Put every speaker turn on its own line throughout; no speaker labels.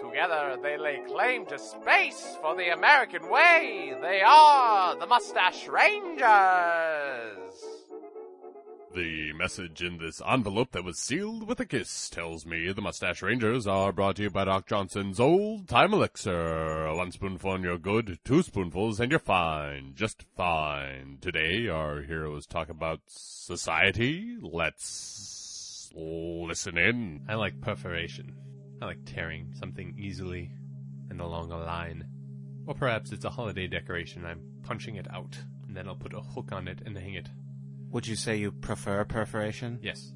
Together, they lay claim to space for the American way. They are the Mustache Rangers.
The message in this envelope that was sealed with a kiss tells me the Mustache Rangers are brought to you by Doc Johnson's Old Time Elixir. One spoonful and you're good, two spoonfuls and you're fine, just fine. Today our heroes talk about society. Let's listen in.
I like perforation. I like tearing something easily and along a line. Or perhaps it's a holiday decoration. I'm punching it out, and then I'll put a hook on it and hang it.
Would you say you prefer perforation
Yes,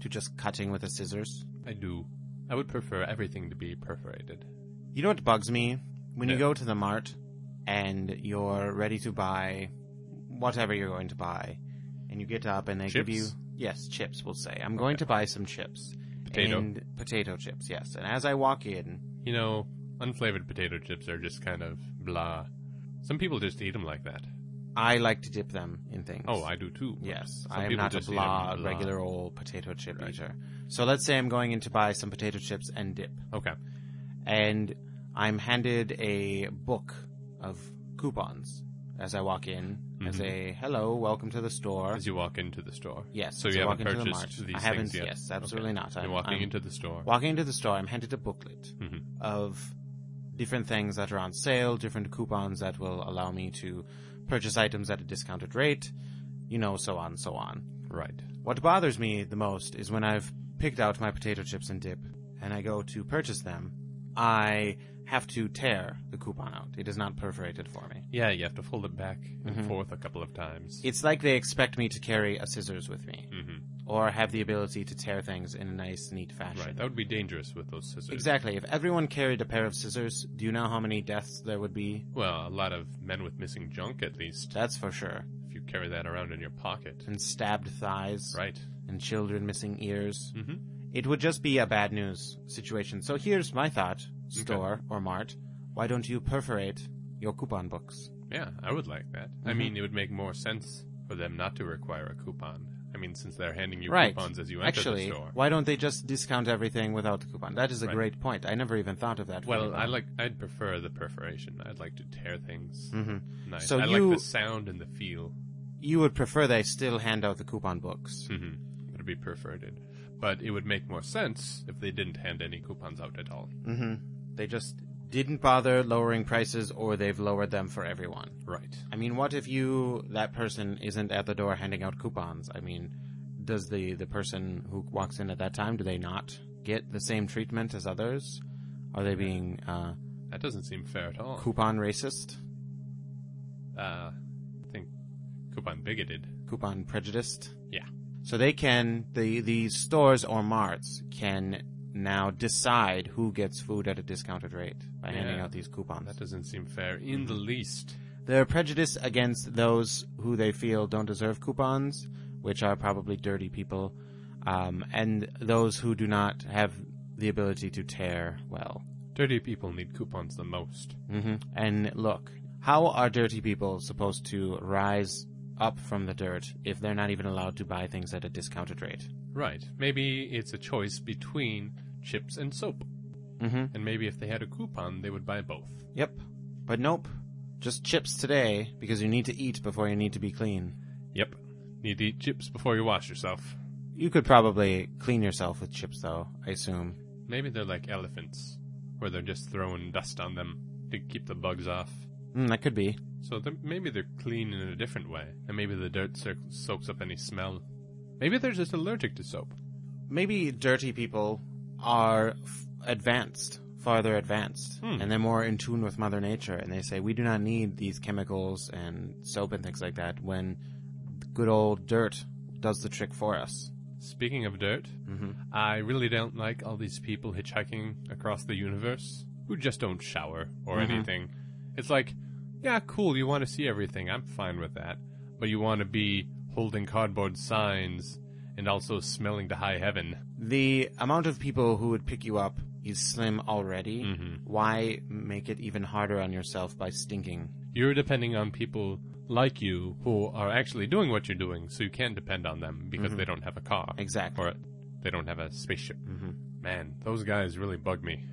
to just cutting with the scissors?
I do. I would prefer everything to be perforated.
You know what bugs me? When you
Yeah.
go to the mart and you're ready to buy whatever you're going to buy, and you get up and they give you
Chips?
yes, chips. We'll say I'm going to buy some chips,
Potato.
and potato chips. Yes, and as I walk in,
You know, unflavored potato chips are just kind of blah. Some people just eat them like that.
I like to dip them in things.
Oh, I do too.
Yes,
Some
I am
people
not a
just eat 'em
blah,
blah.
regular old potato chip eater. So let's say I'm going in to buy some potato chips and dip.
Okay.
and I'm handed a book of coupons as I walk in. As a hello, welcome to the store.
As you walk into the store.
Yes,
So
as
you
I walk
haven't
into the
purchased
mart.
these
I haven't-
things yet.
yes, absolutely not.
You're
I'm-
walking
I'm-
into the store.
Walking into the store, I'm handed a booklet
Mhm.
of different things that are on sale, different coupons that will allow me to purchase items at a discounted rate, you know, so on, so on.
Right.
What bothers me the most is when I've picked out my potato chips and dip and I go to purchase them, I have to tear the coupon out. It is not perforated for me.
Yeah, you have to fold it back and
Mm-hmm.
forth a couple of times.
It's like they expect me to carry a scissors with me
Mhm.
or have the ability to tear things in a nice, neat fashion.
Right. That would be dangerous with those scissors.
Exactly. If everyone carried a pair of scissors, do you know how many deaths there would be?
Well, a lot of men with missing junk, at least,
That's for sure.
if you carry that around in your pocket.
And stabbed thighs
Right.
and children missing ears.
Mm-hmm.
It would just be a bad news situation. So here's my thought, store or mart. Why don't you perforate your coupon books?
Yeah, I would like that. I
Mm-hmm.
mean, it would make more sense for them not to require a coupon. I mean, since they're handing you coupons as you enter
Actually,
the store.
why don't they just discount everything without the coupon? That is a
Right.
great point. I never even thought of that.
Well, I like. I'd prefer the perforation. I'd like to tear things.
hmm
Nice.
So
I
you-
like the sound and the feel.
You would prefer they still hand out the coupon books.
Mm-hmm. It'd be perforated, but it would make more sense if they didn't hand any coupons out at all.
hmm They just didn't bother lowering prices, or they've lowered them for everyone.
Right.
I mean, what if you that person isn't at the door handing out coupons? I mean, does the the person who walks in at that time do they not get the same treatment as others? Are they being uh,
That doesn't seem fair at all.
coupon racist,
uh, I think coupon bigoted.
coupon prejudiced?
Yeah.
So they can the the stores or marts can now decide who gets food at a discounted rate by handing
Yeah.
out these coupons.
That doesn't seem fair in the least.
They're prejudiced against those who they feel don't deserve coupons, which are probably dirty people, um, and those who do not have the ability to tear well.
Dirty people need coupons the most.
hmm And look, how are dirty people supposed to rise up from the dirt if they're not even allowed to buy things at a discounted rate?
Right. Maybe it's a choice between chips and soap.
hmm
And maybe if they had a coupon, they would buy both.
Yep. But nope. Just chips today because you need to eat before you need to be clean.
Yep. Need to eat chips before you wash yourself.
You could probably clean yourself with chips though, I assume.
Maybe they're like elephants, where they're just throwing dust on them to keep the bugs off.
Mm, that could be.
So they're, maybe they're clean in a different way, and maybe the dirt soak soaks up any smell. Maybe they're just allergic to soap.
maybe dirty people are f- advanced, farther advanced,
Hmm.
and they're more in tune with Mother Nature, and they say we do not need these chemicals and soap and things like that when good old dirt does the trick for us.
Speaking of dirt,
hmm
I really don't like all these people hitchhiking across the universe who just don't shower or anything. It's like yeah, cool, you want to see everything. I'm fine with that. But you want to be holding cardboard signs and also smelling to high heaven.
The amount of people who would pick you up is slim already.
Mhm.
Why make it even harder on yourself by stinking?
You're depending on people like you who are actually doing what you're doing, so you can't depend on them because they don't have a car.
Mm-hmm. Exactly.
Or they don't have a spaceship.
Mhm.
Man, those guys really bug me.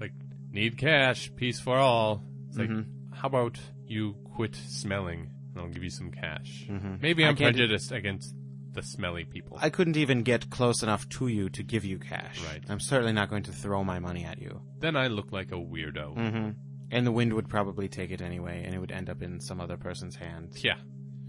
Like, need cash, peace for all. It's like,
Mm-hmm.
how about you quit smelling and I'll give you some cash? Maybe
Mm. I
I'm
can't-
prejudiced against the smelly people.
I couldn't even get close enough to you to give you cash.
Right.
I'm certainly not going to throw my money at you.
then I look like a weirdo.
Mm-hmm. And the wind would probably take it anyway, and it would end up in some other person's hand.
Yeah.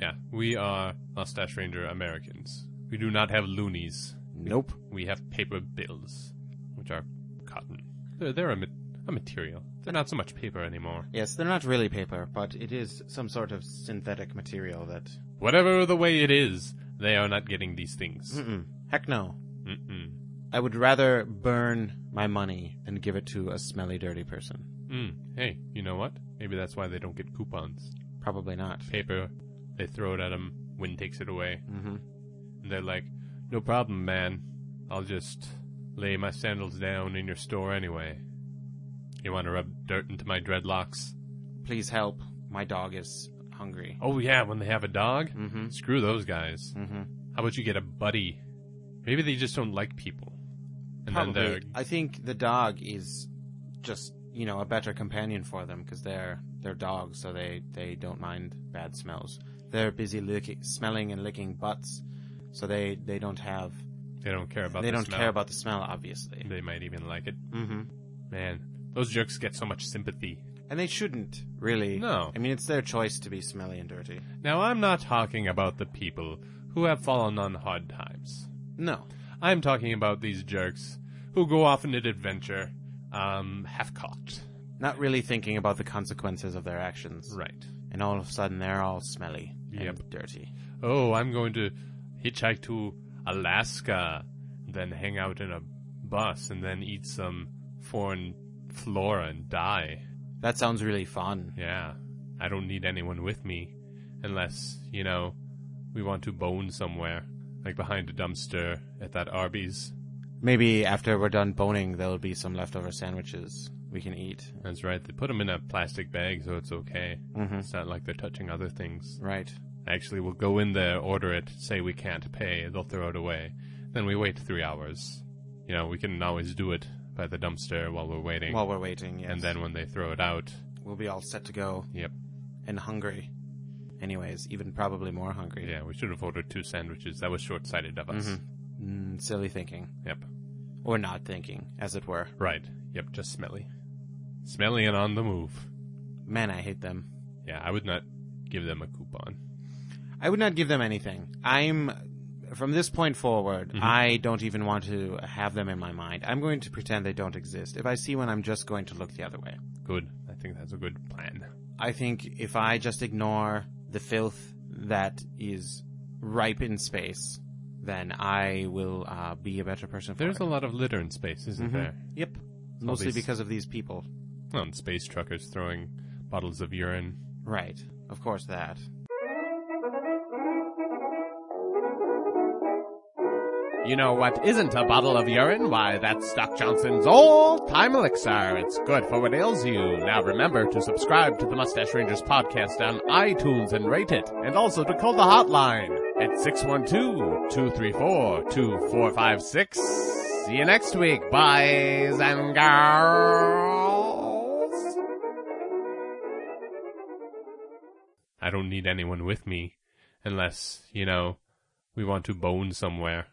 Yeah. We are Mustache Ranger Americans. We do not have loonies.
Nope.
We have paper bills, which are cotton. They're, they're a, ma- a material. They're not so much paper anymore.
Yes, they're not really paper, but it is some sort of synthetic material that.
Whatever the way it is, they are not getting these things.
Mm-mm. Heck no.
Mm-mm.
I would rather burn my money than give it to a smelly, dirty person.
Mm. Hey, you know what? Maybe that's why they don't get coupons.
Probably not.
Paper, they throw it at them. Wind takes it away.
Mm-hmm.
And they're like, no problem, man. I'll just lay my sandals down in your store anyway. You want to rub dirt into my dreadlocks?
Please help. My dog is hungry.
Oh, yeah, when they have a dog?
Mm-hmm.
Screw those guys.
Mm-hmm.
How about you get a buddy? Maybe they just don't like people. And then
Probably.
they're.
I think the dog is just you know a better companion for them because they're they're dogs, so they they don't mind bad smells. They're busy licking, smelling and licking butts, so they they don't have
They don't care about
they
the
don't
smell.
care about the smell, obviously.
They might even like it.
Mm-hmm.
Man, those jerks get so much sympathy.
And they shouldn't really.
No.
I mean it's their choice to be smelly and dirty.
Now, I'm not talking about the people who have fallen on hard times.
No,
I'm talking about these jerks who go off on an adventure, um, half cocked.
not really thinking about the consequences of their actions.
Right.
And all of a sudden they're all smelly
Yep.
and dirty.
Oh, I'm going to hitchhike to Alaska, then hang out in a bus, and then eat some foreign flora and die.
That sounds really fun.
Yeah. I don't need anyone with me unless, you know, we want to bone somewhere, like behind a dumpster at that Arby's.
Maybe after we're done boning, there'll be some leftover sandwiches we can eat.
That's right. They put them in a plastic bag, so it's okay.
Mm-hmm.
It's not like they're touching other things.
Right.
Actually, we'll go in there, order it, say we can't pay, they'll throw it away. Then we wait three hours. You know, we can always do it by the dumpster while we're waiting.
While we're waiting, yes.
and then when they throw it out,
we'll be all set to go
yep.
and hungry. Anyways, even probably more hungry.
Yeah, we should have ordered two sandwiches. That was short sighted of us.
Mm, silly thinking.
Yep.
Or not thinking, as it were.
Right. Yep, just smelly. Smelly and on the move.
Man, I hate them.
Yeah, I would not give them a coupon.
I would not give them anything. I'm. From this point forward,
Mm-hmm.
I don't even want to have them in my mind. I'm going to pretend they don't exist. If I see one, I'm just going to look the other way.
Good. I think that's a good plan.
I think if I just ignore the filth that is ripe in space, then I will uh, be a better person for
There's
it.
a lot of litter in space, isn't
Mm-hmm.
there?
Yep. Mostly
these-
because of these people.
Well, and space truckers throwing bottles of urine.
Right. Of course that.
You know what isn't a bottle of urine? Why, that's Doc Johnson's old time elixir. It's good for what ails you. Now remember to subscribe to the Mustache Rangers podcast on iTunes and rate it, and also to call the hotline at 612-234-2456. See you next week, boys and girls.
I don't need anyone with me unless, you know, we want to bone somewhere.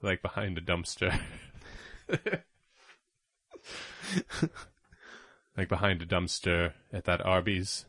Like behind a dumpster. like behind a dumpster at that Arby's.